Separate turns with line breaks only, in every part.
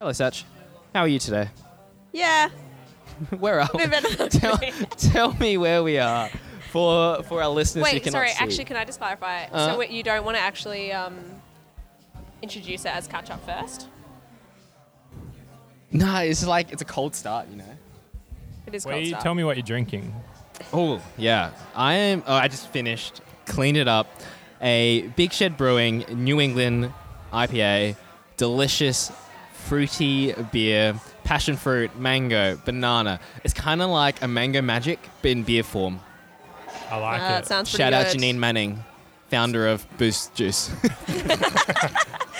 Hello, Satch. How are you today?
Yeah,
Where are we?
moving on.
tell, tell me where we are for for our listeners who
Wait,
cannot
sorry.
see.
Actually, can I just clarify?
Uh-huh.
so wait, you don't want to actually um, introduce it as catch up first?
no, it's like it's a cold start, you know.
It is cold
Wait,
start.
tell me what you're drinking.
Oh yeah, I am. Oh, I just finished, cleaned it up, a Big Shed Brewing New England IPA, delicious, fruity beer, passion fruit, mango, banana. It's kind of like a mango magic but in beer form.
I like
Ah,
it.
it sounds pretty
Shout out
good.
Janine Manning, founder of Boost Juice.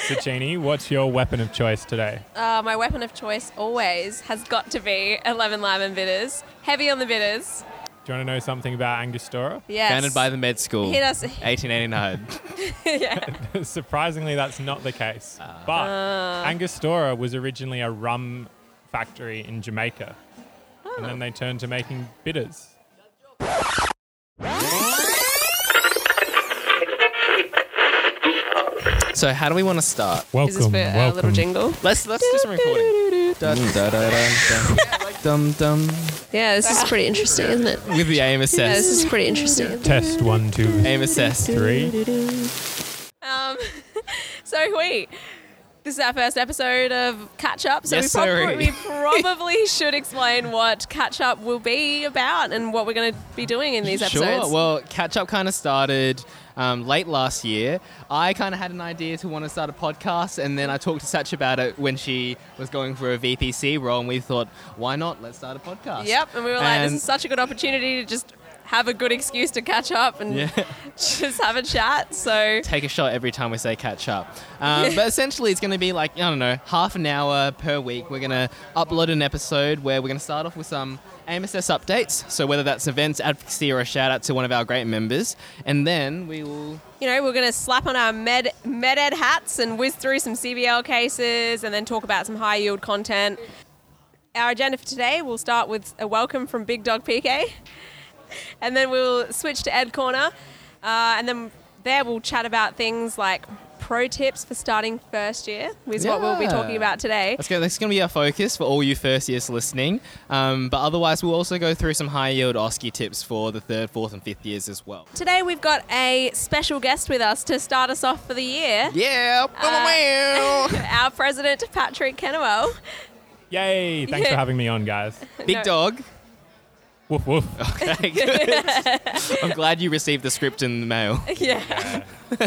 Puccini, what's your weapon of choice today?
Uh, my weapon of choice always has got to be a lemon lime and bitters. Heavy on the bitters.
Do you want to know something about Angostura?
Yes.
Founded by the med school.
Hit us.
1889.
yeah.
Surprisingly, that's not the case. but
Uh.
Angostura was originally a rum factory in Jamaica, and
Oh.
then they turned to making bitters.
so how do we want to start?
Welcome,
Is this for a little jingle?
Let's let's do some recording. Dun, dun, dun, dun, dun. Dum, dum.
Yeah, this is pretty interesting, isn't it?
With the
Yeah, this
AMSS.
is pretty interesting.
Test one, two,
AMSS.
three.
Um, so wait, this is our first episode of Catch Up. So
Yes,
we,
sorry.
probably, we probably should explain what Catch Up will be about and what we're going to be doing in these episodes.
Sure. Well, catch up kind of started um, late last year. I kind of had an idea to want to start a podcast, and then I talked to Satch about it when she was going for a VPC role, and we thought, why not? Let's start a podcast.
yep. And we were like, this
And-
is such a good opportunity to just have a good excuse to catch up and
Yeah.
just have a chat. So
take a shot every time we say catch up. Um, but essentially, it's going to be like, I don't know, half an hour per week. We're going to upload an episode where we're going to start off with some AMSS updates. So, whether that's events, advocacy, or a shout out to one of our great members. And then we will.
you know, we're going to slap on our med med ed hats and whiz through some CBL cases and then talk about some high yield content. Our agenda for today, we'll start with a welcome from Big Dog PK, and then we'll switch to Ed Corner, uh, and then there we'll chat about things like pro tips for starting first year, is what we'll be
Yeah.
talking about today.
That's going, that's going to be our focus for all you first years listening. Um, but otherwise, we'll also go through some high yield OSCE tips for the third, fourth, and fifth years as well.
Today we've got a special guest with us to start us off for the year.
Yeah.
Our president Patrick Kennewell.
Yay! Thanks for having me on, guys.
Big
No.
dog.
Woof woof.
Okay, good. I'm glad you received the script in the mail.
Yeah. so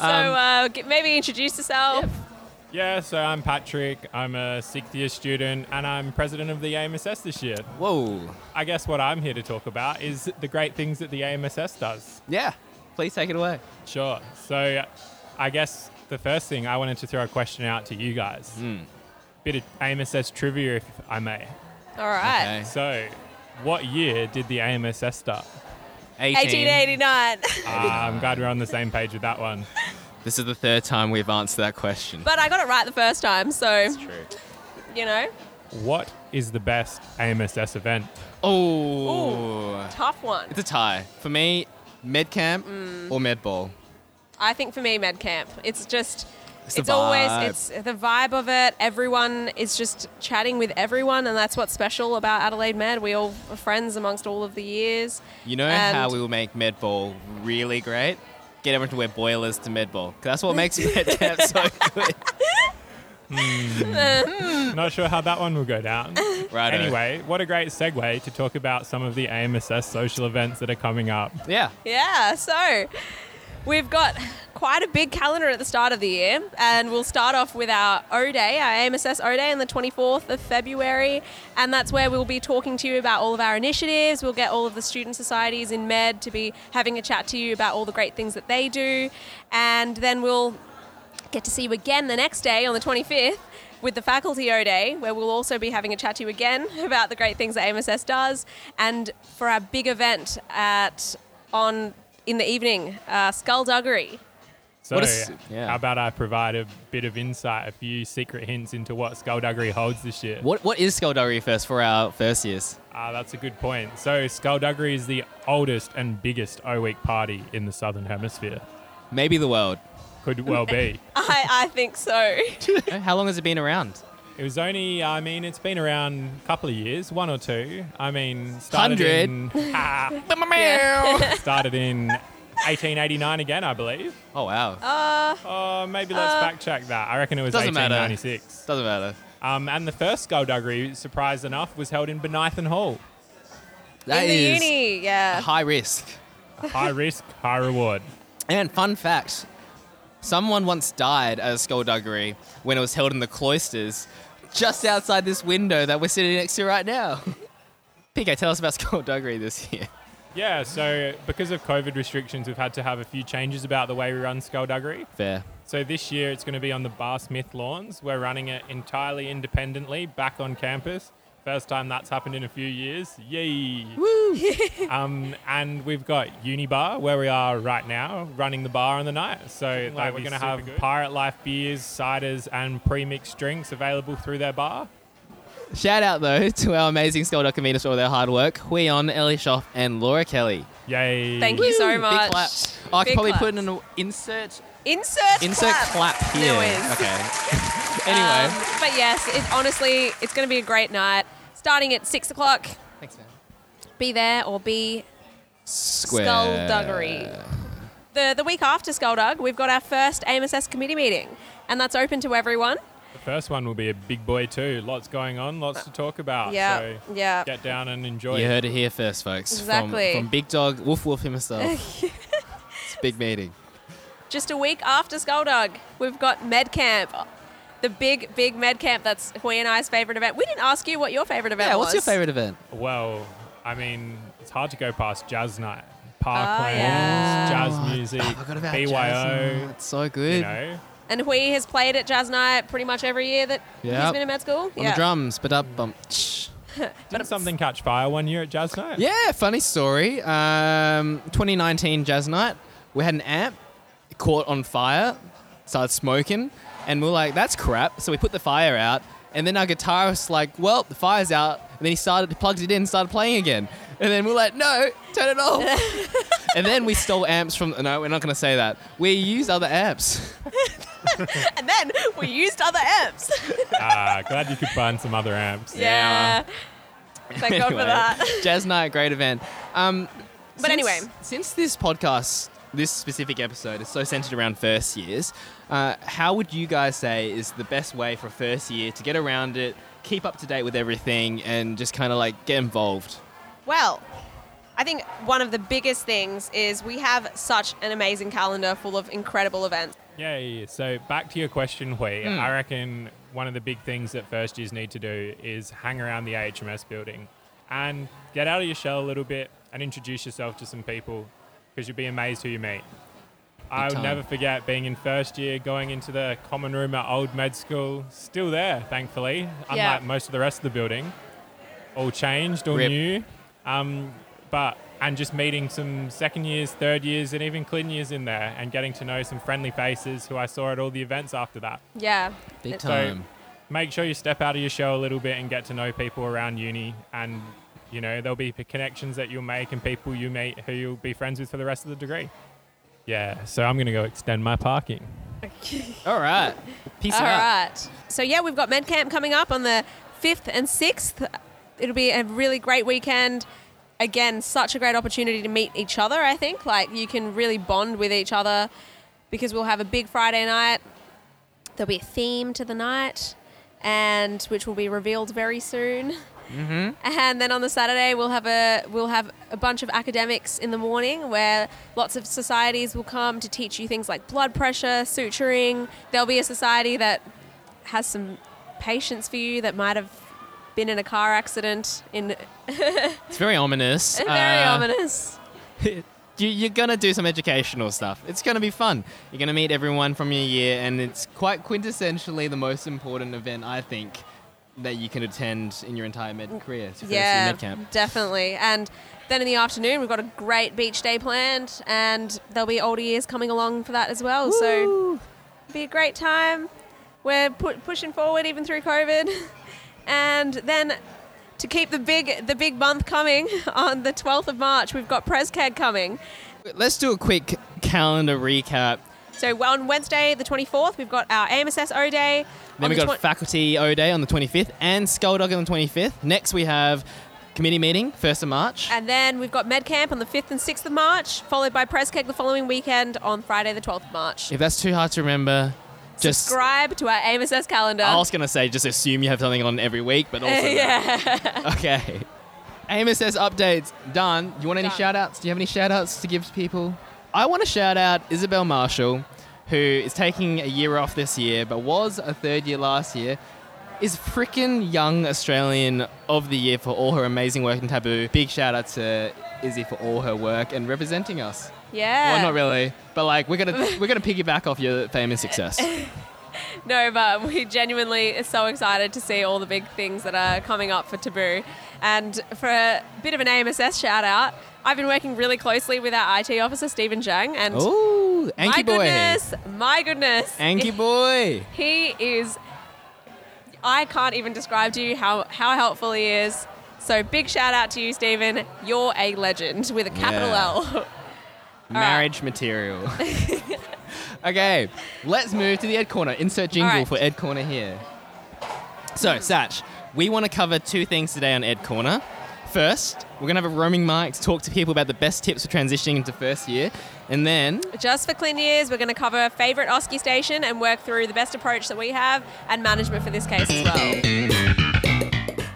Um,
uh, g- maybe introduce yourself.
Yeah, so I'm Patrick. I'm a sixth year student, and I'm president of the AMSS this year.
Whoa.
I guess what I'm here to talk about is the great things that the AMSS does.
Yeah. Please take it away.
Sure. So, I guess the first thing I wanted to throw a question out to you guys. Bit of AMSS trivia, if I may.
All right.
So, what year did the AMSS start?
1889.
Ah, I'm glad we're on the same page with that one.
This is the third time we've answered that question.
but I got it right the first time, so
True.
you know,
What is the best AMSS event?
Oh.
tough one.
It's a tie. For me, med camp
Mm.
or med ball.
I think for me, med camp. It's just.
It's
It's,
the
always
vibe.
it's the vibe of it. Everyone is just chatting with everyone, and that's what's special about Adelaide Med. We all are friends amongst all of the years.
You know
And-
how we will make med ball really great? Get everyone to wear boilers to med ball. 'Cause That's what makes med camp so good. Mm.
Not sure how that one will go down.
Right.
Anyway, what a great segue to talk about some of the AMSS social events that are coming up.
Yeah.
Yeah, so we've got quite a big calendar at the start of the year, and we'll start off with our O Day, our AMSS O Day, on the 24th of February, and that's where we'll be talking to you about all of our initiatives. We'll get all of the student societies in Med to be having a chat to you about all the great things that they do, and then we'll get to see you again the next day on the 25th with the faculty O Day, where we'll also be having a chat to you again about the great things that AMSS does, and for our big event at on in the evening, uh, skullduggery.
So,
What a s- yeah.
how about I provide a bit of insight, a few secret hints into what Skullduggery holds this year?
What what is skullduggery first for our first years?
Ah, that's a good point. So, Skullduggery is the oldest and biggest O Week party in the Southern Hemisphere.
Maybe the world.
could well be.
I, I think so.
How long has it been around?
It was only, I mean, it's been around a couple of years, one or two. I mean, started
100.
in ah,
Yeah.
started in 1889 again, I believe.
Oh wow.
Uh,
Oh, maybe let's back check that. I reckon it was
Uh, Doesn't matter.
1896.
Doesn't matter.
Um, and the first skullduggery, surprised enough, was held in Benithon Hall.
That
in
is
the uni, yeah.
high risk.
High risk, high reward.
And fun fact someone once died at a skullduggery when it was held in the cloisters just outside this window that we're sitting next to right now. Pico, tell us about skullduggery this year.
Yeah, so because of COVID restrictions, we've had to have a few changes about the way we run skullduggery.
Fair.
So this year it's going to be on the Bar Smith lawns. We're running it entirely independently back on campus. First time that's happened in a few years. Yay! Woo! um, and we've got Unibar where we are right now, running the bar on the night. So like,
like
we're
be
going to
super
have
good.
Pirate Life beers, ciders, and pre-mixed drinks available through their bar.
Shout out though to our amazing skullduggery meters for all their hard work Huion, Ellie Schoff, and Laura Kelly.
Yay!
Thank you so much.
Big claps. Oh, I could
Big
probably
claps.
put in an insert
Insert,
insert clap,
clap.
here.
There is.
Okay. anyway.
Um, but yes, it, honestly, it's going to be a great night. Starting at six o'clock.
Thanks, man.
Be there or be
Square.
skullduggery. The the week after Skulldug, we've got our first AMSS committee meeting, and that's open to everyone.
The first one will be a big boy too. Lots going on, lots to talk about.
yeah,
Ah, So
yeah.
get down and enjoy.
You
it.
heard it here first, folks. From-
Exactly.
From, Big Dog, Woof Woof himself. it's a big meeting.
Just a week after Skulldug, we've got Med Camp, the big big Med Camp. That's Hui and I's favorite event. We didn't ask you what your favorite event
Yeah,
was.
what's your favourite event?
Well, I mean, it's hard to go past jazz night, parklands,
Ah, yeah.
jazz music, BYO.
It's so good.
You know,
And Hui has played at Jazz Night pretty much every year that
Yeah.
he's been in med school.
On the drums, but up bump.
Mm.
tsh.
didn't something catch fire one year at jazz night?
Yeah, funny story. Um, 2019 Jazz Night, we had an amp it caught on fire, started smoking, and we were like, "That's crap." So we put the fire out, and then our guitarist like, "Well, the fire's out," and then he started he plugged it in, and started playing again, and then we are like, "No, turn it off." and then we stole amps from. No, we're not going to say that. We used other amps.
And then we used other amps.
Ah, glad you could find some other amps.
Yeah.
yeah. Thank God for
Anyway,
that.
Jazz Night, great event. Um,
But
since-
anyway.
since this podcast, this specific episode is so centered around first years, uh, how would you guys say is the best way for a first year to get around it, keep up to date with everything, and just kind of like get involved?
Well, I think one of the biggest things is we have such an amazing calendar full of incredible events.
Yay. So back to your question, Hui. I reckon one of the big things that first years need to do is hang around the AHMS building and get out of your shell a little bit and introduce yourself to some people because you'll be amazed who you meet. I'll
time.
never forget being in first year, going into the common room at old med school, still there, thankfully,
Yeah.
unlike most of the rest of the building. All changed, all
Rip.
new. Um, but and just meeting some second years, third years, and even Clin years in there, and getting to know some friendly faces who I saw at all the events after that.
Yeah.
Big
It's-
time.
Make sure you step out of your shell a little bit and get to know people around uni, and you know there'll be p- connections that you'll make and people you meet who you'll be friends with for the rest of the degree. Yeah, so I'm gonna go extend my parking.
All right. Peace
All
out.
right. So yeah, we've got Med Camp coming up on the 5th and 6th. It'll be a really great weekend. Again, such a great opportunity to meet each other, I think. Like you can really bond with each other because we'll have a big Friday night. There'll be a theme to the night and which will be revealed very soon. And then on the Saturday we'll have a we'll have a bunch of academics in the morning where lots of societies will come to teach you things like blood pressure, suturing. There'll be a society that has some patients for you that might have been in a car accident in
It's very ominous.
very
Uh,
ominous.
you, you're gonna do some educational stuff. It's gonna be fun. You're gonna meet everyone from your year, and it's quite quintessentially the most important event I think that you can attend in your entire med career. It's your first year
Yeah,
med camp.
definitely. And then in the afternoon we've got a great beach day planned and there'll be older years coming along for that as well. So be a great time. We're pu- pushing forward even through COVID, and then to keep the big the big month coming on the 12th of March, we've got PresCAD coming.
Let's do a quick calendar recap.
So on Wednesday, the 24th, we've got our AMSS O Day.
Then
On
we
the
got
twen-
Faculty O Day on the 25th and Skull Dog on the 25th. Next, we have committee meeting, 1st of March.
and then we've got Med Camp on the 5th and 6th of March, followed by Press Keg the following weekend on Friday, the 12th of March.
if that's too hard to remember, just.
Subscribe to our AMSS calendar.
I was going to say, just assume you have something on every week, but also.
yeah.
Okay. AMSS updates done. You want any
Done.
shout outs? Do you have any shout outs to give to people? I want to shout out Isabel Marshall, who is taking a year off this year, but was a third year last year. Is frickin' young Australian of the year for all her amazing work in Taboo. Big shout out to Izzy for all her work and representing us.
Yeah.
Well, not really, but like we're gonna we're gonna piggyback off your fame and success.
No, but we genuinely are so excited to see all the big things that are coming up for Taboo. And for a bit of an AMSS shout out, I've been working really closely with our IT officer, Stephen Zhang. And
Ooh, Oh, Anki
my
boy,
goodness, my goodness.
Anki boy.
He is, I can't even describe to you how, how helpful he is. So big shout out to you, Stephen. You're a legend with a capital
Yeah.
L. right.
Marriage material. okay, let's move to the Ed Corner. Insert jingle
All right.
for Ed Corner here. So, Satch, we want to cover two things today on Ed Corner. First, we're going to have a roaming mic to talk to people about the best tips for transitioning into first year. And then,
Just for clean years, we're going to cover favourite OSCE station and work through the best approach that we have and management for this case as well.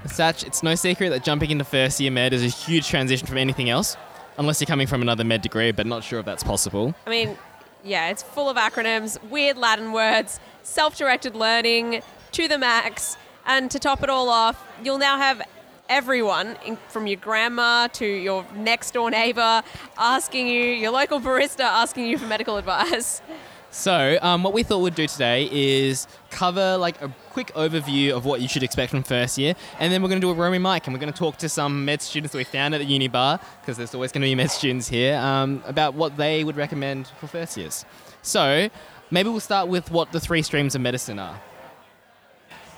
Satch, it's no secret that jumping into first year med is a huge transition from anything else, unless you're coming from another med degree, but not sure if that's possible.
I mean, yeah, it's full of acronyms, weird Latin words, self directed learning to the max. And to top it all off, you'll now have everyone, in, from your grandma to your next door neighbor, asking you, your local barista asking you for medical advice.
So, um, what we thought we'd do today is cover like a quick overview of what you should expect from first year, and then we're going to do a roaming mic, and we're going to talk to some med students that we found at the uni bar, because there's always going to be med students here, um, about what they would recommend for first years. So, maybe we'll start with what the three streams of medicine are.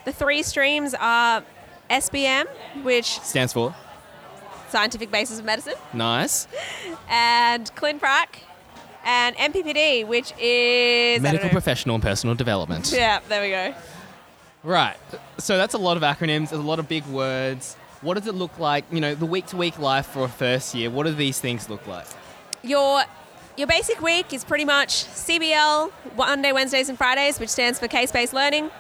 The three streams are SBM, which
Stands for
Scientific Basis of Medicine,
nice
and ClinPrac, and MPPD, which is I don't
medical
know.
professional and personal development.
Yeah, there we go.
Right. So that's a lot of acronyms, there's a lot of big words. What does it look like? You know, the week to week life for a first year. What do these things look like?
your your basic week is pretty much CBL Monday, Wednesdays, and Fridays, which stands for case-based learning.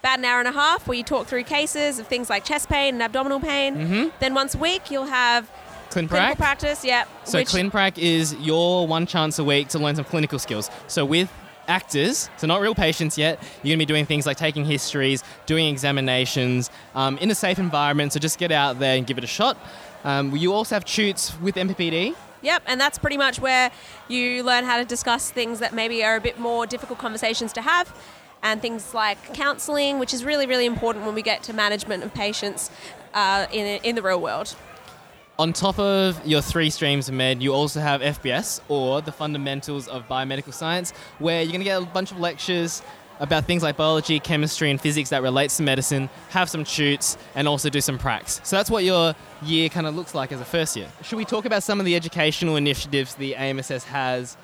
About an hour and a half, where you talk through cases of things like chest pain and abdominal pain. Then once a week, you'll have
Clin
clinical
prac?
practice. Yep.
So ClinPrac is your one chance a week to learn some clinical skills. So with actors, so not real patients yet, you're going to be doing things like taking histories, doing examinations um, in a safe environment. So just get out there and give it a shot. Um, you also have shoots with MPPD.
Yep, and that's pretty much where you learn how to discuss things that maybe are a bit more difficult conversations to have, and things like counselling, which is really, really important when we get to management of patients uh, in in the real world.
On top of your three streams of med, you also have FBS or the fundamentals of biomedical science, where you're going to get a bunch of lectures about things like biology, chemistry, and physics that relates to medicine, have some shoots, and also do some pracs. So that's what your year kind of looks like as a first year. Should we talk about some of the educational initiatives the AMSS has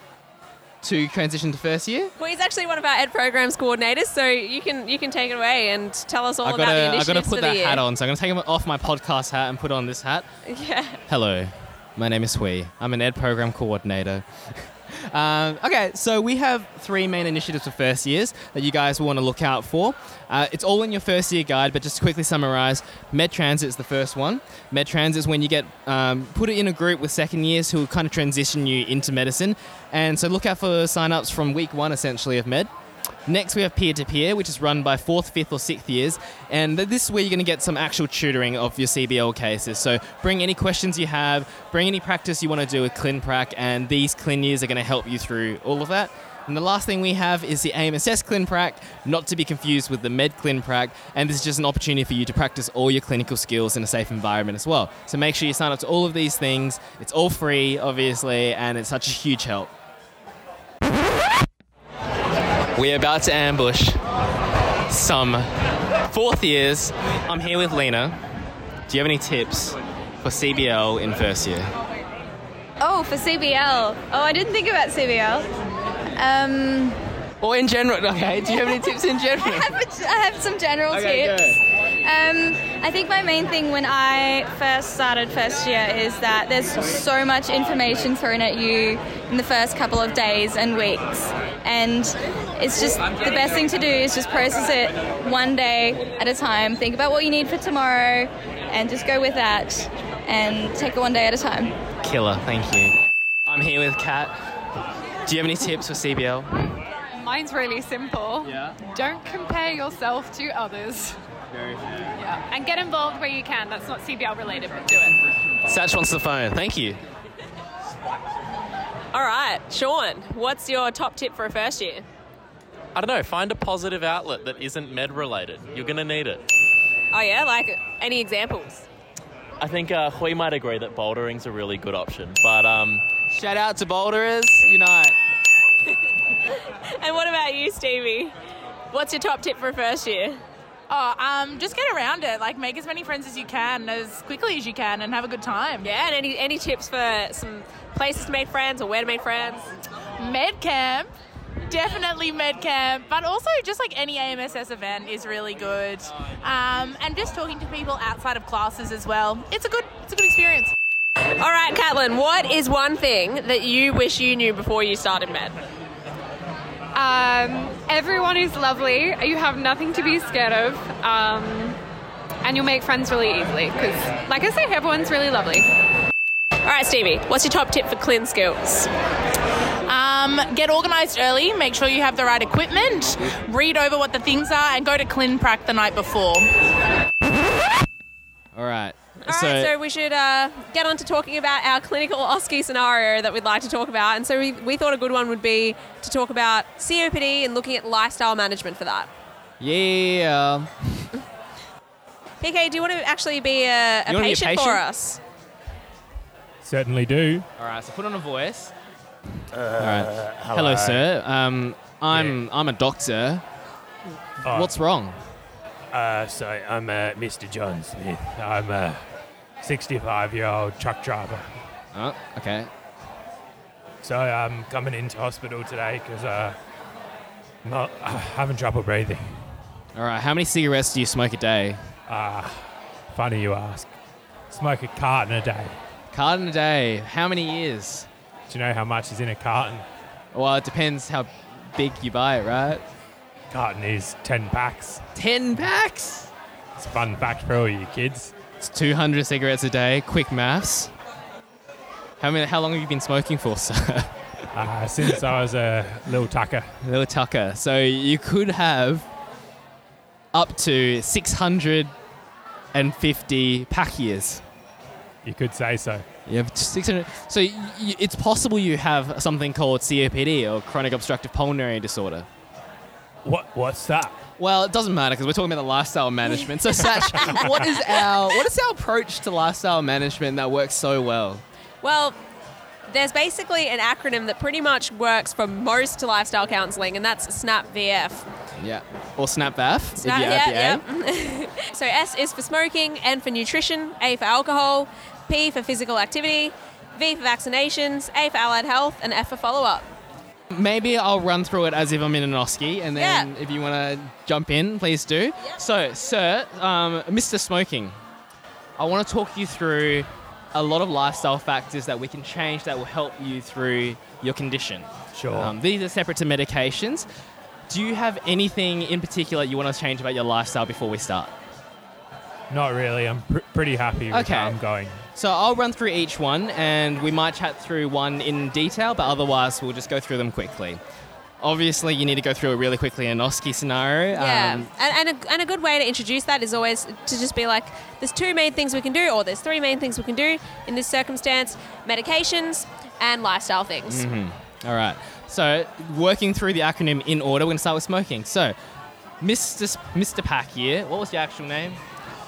to transition to first year?
Well, he's actually one of our ed programs coordinators, so you can you can take it away and tell us all
I've
about
got
the
to
initiatives
put
for
that
the year.
hat on, so I'm going to take off my podcast hat and put on this hat.
Yeah,
Hello, my name is Hui. I'm an Ed Program Coordinator. um, okay, so we have three main initiatives for first years that you guys will want to look out for. Uh, it's all in your first year guide, but just to quickly summarize Med Transit is the first one. Med Transit is when you get um, put in a group with second years who will kind of transition you into medicine. And so look out for sign ups from week one essentially of Med. Next, we have peer to peer, which is run by fourth, fifth, or sixth years. And th- this is where you're going to get some actual tutoring of your CBL cases. So bring any questions you have, bring any practice you want to do with ClinPrac, and these clin years are going to help you through all of that. And the last thing we have is the AMSS ClinPrac, not to be confused with the Med ClinPrac. And this is just an opportunity for you to practice all your clinical skills in a safe environment as well. So make sure you sign up to all of these things. It's all free, obviously, and it's such a huge help. We're about to ambush some fourth years. I'm here with Lena. Do you have any tips for CBL in first year?
Oh, for CBL. Oh, I didn't think about CBL. Um,
Or in general, okay. Do you have any tips in
I
general?
have, a- I have some general
Okay,
tips. Um, I think my main thing when I first started first year is that there's so much information thrown at you in the first couple of days and weeks, and it's just the best thing to do is just process it one day at a time. Think about what you need for tomorrow, and just go with that, and take it one day at a time.
Killer, thank you. I'm here with Kat. Do you have any tips for CBL?
Mine's really simple.
Yeah.
Don't compare yourself to others. Yeah. And get involved where you can. That's not CBL related, but do it.
Satch wants the phone. Thank you.
All right, Sean, what's your top tip for a first year?
I don't know, find a positive outlet that isn't med related. You're going to need it.
Oh, yeah, like any examples?
I think uh, Hui might agree that bouldering's a really good option, but um,
Shout out to Boulderers Unite.
And what about you, Stevie? What's your top tip for a first year?
Oh, um, just get around it. Like, make as many friends as you can, as quickly as you can, and have a good time.
Yeah, and any, any tips for some places to make friends or where to make friends?
Med camp, definitely med camp, but also just like any AMSS event is really good. Um, and just talking to people outside of classes as well. It's a good, it's a good experience.
All right, Catelyn, what is one thing that you wish you knew before you started med?
Um, everyone is lovely. You have nothing to be scared of. Um, and you'll make friends really easily because, like I say, everyone's really lovely.
All right, Stevie, what's your top tip for clean skills?
Um, get organised early. Make sure you have the right equipment. Read over what the things are, and go to ClinPrac the night before.
All right.
All right, so, we should uh, get on to talking about our clinical OSCE scenario that we'd like to talk about. And so we, we thought a good one would be to talk about COPD and looking at lifestyle management for that.
yeah.
PK, do you want to actually be a, a,
You wanna
patient,
be a
for
patient?
us?
Certainly do.
All right. So put on a voice. All right. Hello, sir. Um, I'm I'm a doctor. What's wrong?
Uh, so I'm uh, Mr. John Smith. I'm a 65 year old truck driver.
Oh, okay.
So I'm coming into hospital today because uh, not uh, having trouble breathing.
All right. How many cigarettes do you smoke a day?
Funny you ask. Smoke a carton a day.
Carton a day. How many years?
Do you know how much is in a carton?
Well, it depends how big you buy it, right?
Carton is 10 packs.
Ten packs.
It's a fun fact for all you kids.
It's 200 cigarettes a day. Quick maths. How many? How long have you been smoking for, sir?
Uh, since I was a little tucker.
Little Tucker. So you could have up to 650 pack years.
You could say so.
You have 600. So y- y- it's possible you have something called COPD or chronic obstructive pulmonary disorder.
What? What's that?
Well, it doesn't matter because we're talking about the lifestyle management. So, Satch, what is our what is our approach to lifestyle management that works so well?
Well, there's basically an acronym that pretty much works for most lifestyle counselling, and that's SNAP-VF.
Yeah. Or snap bath. if
Snap,
you're
yeah,
IPA.
yeah. so S is for smoking, N for nutrition, A for alcohol, P for physical activity, V for vaccinations, A for allied health, and F for follow-up.
Maybe I'll run through it as if I'm in an OSCE, and then
Yeah.
if you want to jump in, please do. So, sir, um, Mr. Smoking, I want to talk you through a lot of lifestyle factors that we can change that will help you through your condition.
Sure.
Um, these are separate to medications. Do you have anything in particular you want to change about your lifestyle before we start?
Not really. I'm pr- pretty happy with
Okay.
how I'm going.
So I'll run through each one, and we might chat through one in detail, but otherwise we'll just go through them quickly. Obviously, you need to go through it really quickly in an OSCE scenario.
Yeah,
Um,
and, and, a, and a good way to introduce that is always to just be like, there's two main things we can do, or there's three main things we can do in this circumstance: medications and lifestyle things.
all right. So working through the acronym in order, we're gonna start with smoking. So, Mr. S- Mr. Pacquier, what was your actual name?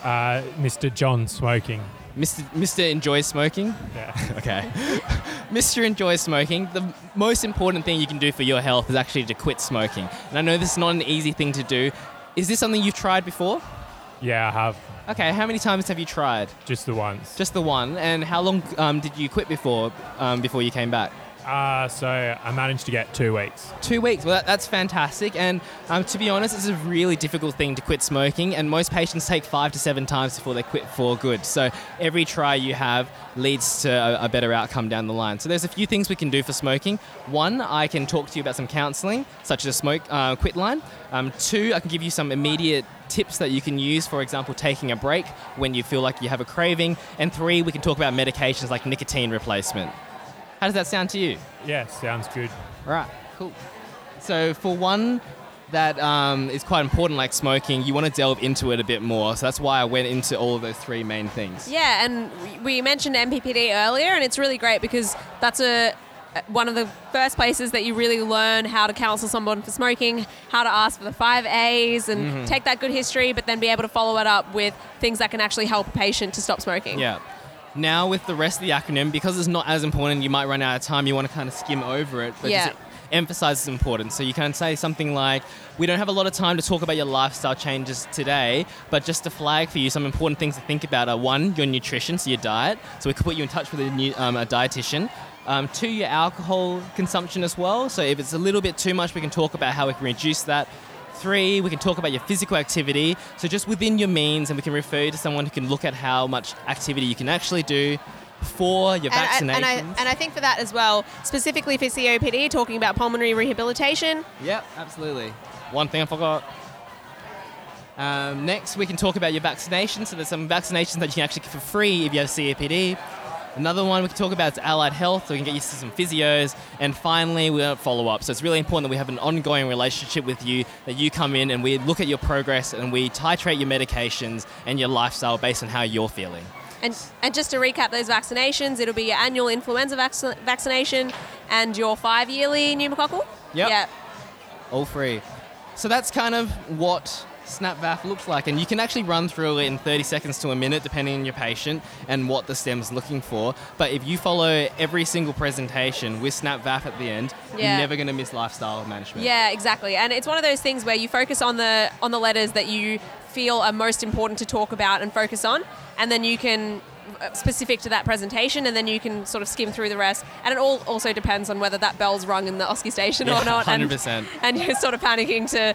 Uh, Mr. John smoking.
Mr. Mr. Enjoys smoking.
Yeah.
Okay. Mr. Enjoys smoking. The most important thing you can do for your health is actually to quit smoking. And I know this is not an easy thing to do. Is this something you've tried before?
yeah, I have
Okay, how many times have you tried?
just the once.
Just the one. And how long um, did you quit before? Um, before you came back?
Uh, so I managed to get two weeks.
Two weeks. Well, that, that's fantastic. And um, to be honest, it's a really difficult thing to quit smoking. And most patients take five to seven times before they quit for good. So every try you have leads to a, a better outcome down the line. So there's a few things we can do for smoking. One, I can talk to you about some counselling, such as a smoke uh, quit line. Um, two, I can give you some immediate tips that you can use, for example, taking a break when you feel like you have a craving. And three, we can talk about medications like nicotine replacement. How does that sound to you?
Yeah, sounds good.
Right, cool. So for one that um, is quite important, like smoking, you want to delve into it a bit more. So that's why I went into all of those three main things.
Yeah, and we we mentioned MPPD earlier, and it's really great because that's a one of the first places that you really learn how to counsel someone for smoking, how to ask for the five A's, and take that good history, but then be able to follow it up with things that can actually help a patient to stop smoking.
Yeah. Now with the rest of the acronym, because it's not as important, you might run out of time. You want to kind of skim over it, but
Yeah.
just emphasize its importance. So you can say something like, "We don't have a lot of time to talk about your lifestyle changes today, but just to flag for you some important things to think about are one, your nutrition, so your diet. So we could put you in touch with a, new, um, a dietitian." Um, two, your alcohol consumption as well. So if it's a little bit too much, we can talk about how we can reduce that. Three, we can talk about your physical activity. So just within your means, and we can refer you to someone who can look at how much activity you can actually do. Four, your
And,
vaccinations.
I, and, I, and I think for that as well, specifically for COPD, talking about pulmonary rehabilitation.
yep, absolutely. One thing I forgot. Um, next, we can talk about your vaccinations. So there's some vaccinations that you can actually get for free if you have COPD. Another one we can talk about is allied health. So we can get you to some physios. And finally, we have follow up. So it's really important that we have an ongoing relationship with you, that you come in and we look at your progress and we titrate your medications and your lifestyle based on how you're feeling.
And, and just to recap those vaccinations, it'll be your annual influenza vac- vaccination and your five yearly pneumococcal.
Yep.
Yeah.
all free. oh So that's kind of what SnapVaf looks like, and you can actually run through it in 30 seconds to a minute, depending on your patient and what the stem's looking for. But if you follow every single presentation with SnapVaf at the end,
Yeah.
you're never going to miss lifestyle management.
Yeah, exactly. And it's one of those things where you focus on the on the letters that you feel are most important to talk about and focus on, and then you can uh, specific to that presentation, and then you can sort of skim through the rest. And it all also depends on whether that bell's rung in the Oski station
Yeah,
or not. and-
100%.
And, you're sort of panicking to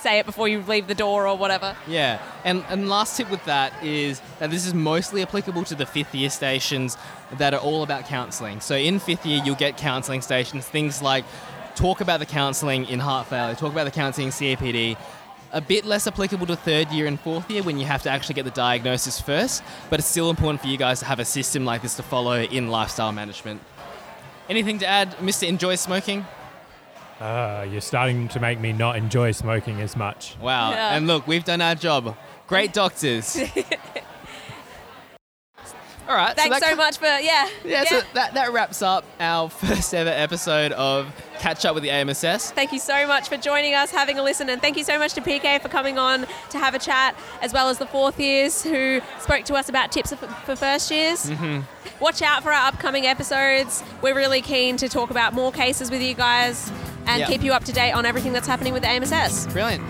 say it before you leave the door or whatever.
Yeah, and and last tip with that is that this is mostly applicable to the fifth year stations that are all about counselling. So in fifth year, you'll get counselling stations, things like talk about the counselling in heart failure, talk about the counselling in COPD. A bit less applicable to third year and fourth year when you have to actually get the diagnosis first, but it's still important for you guys to have a system like this to follow in lifestyle management. Anything to add, Mr. Enjoy Smoking?
Uh, you're starting to make me not enjoy smoking as much.
Wow.
Yeah.
And look, we've done our job. Great doctors. All right.
Thanks
that
so
co-
much for yeah.
Yeah, so that, that wraps up our first ever episode of Catch Up with the AMSS.
Thank you so much for joining us, having a listen, and thank you so much to PK for coming on to have a chat, as well as the fourth years who spoke to us about tips for, for first years.
Mm-hmm.
Watch out for our upcoming episodes. We're really keen to talk about more cases with you guys and
Yeah.
keep you up to date on everything that's happening with the AMSS.
Brilliant.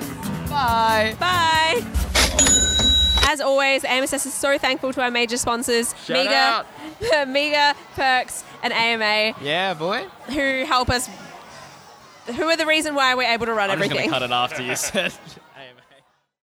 Bye.
Bye. As always, AMSS is so thankful to our major sponsors, Mega,
out.
Mega, Perks, and AMA,
Yeah, boy.
who help us. Who are the reason why we're able to run
I'm just
everything?
going to cut it after you said.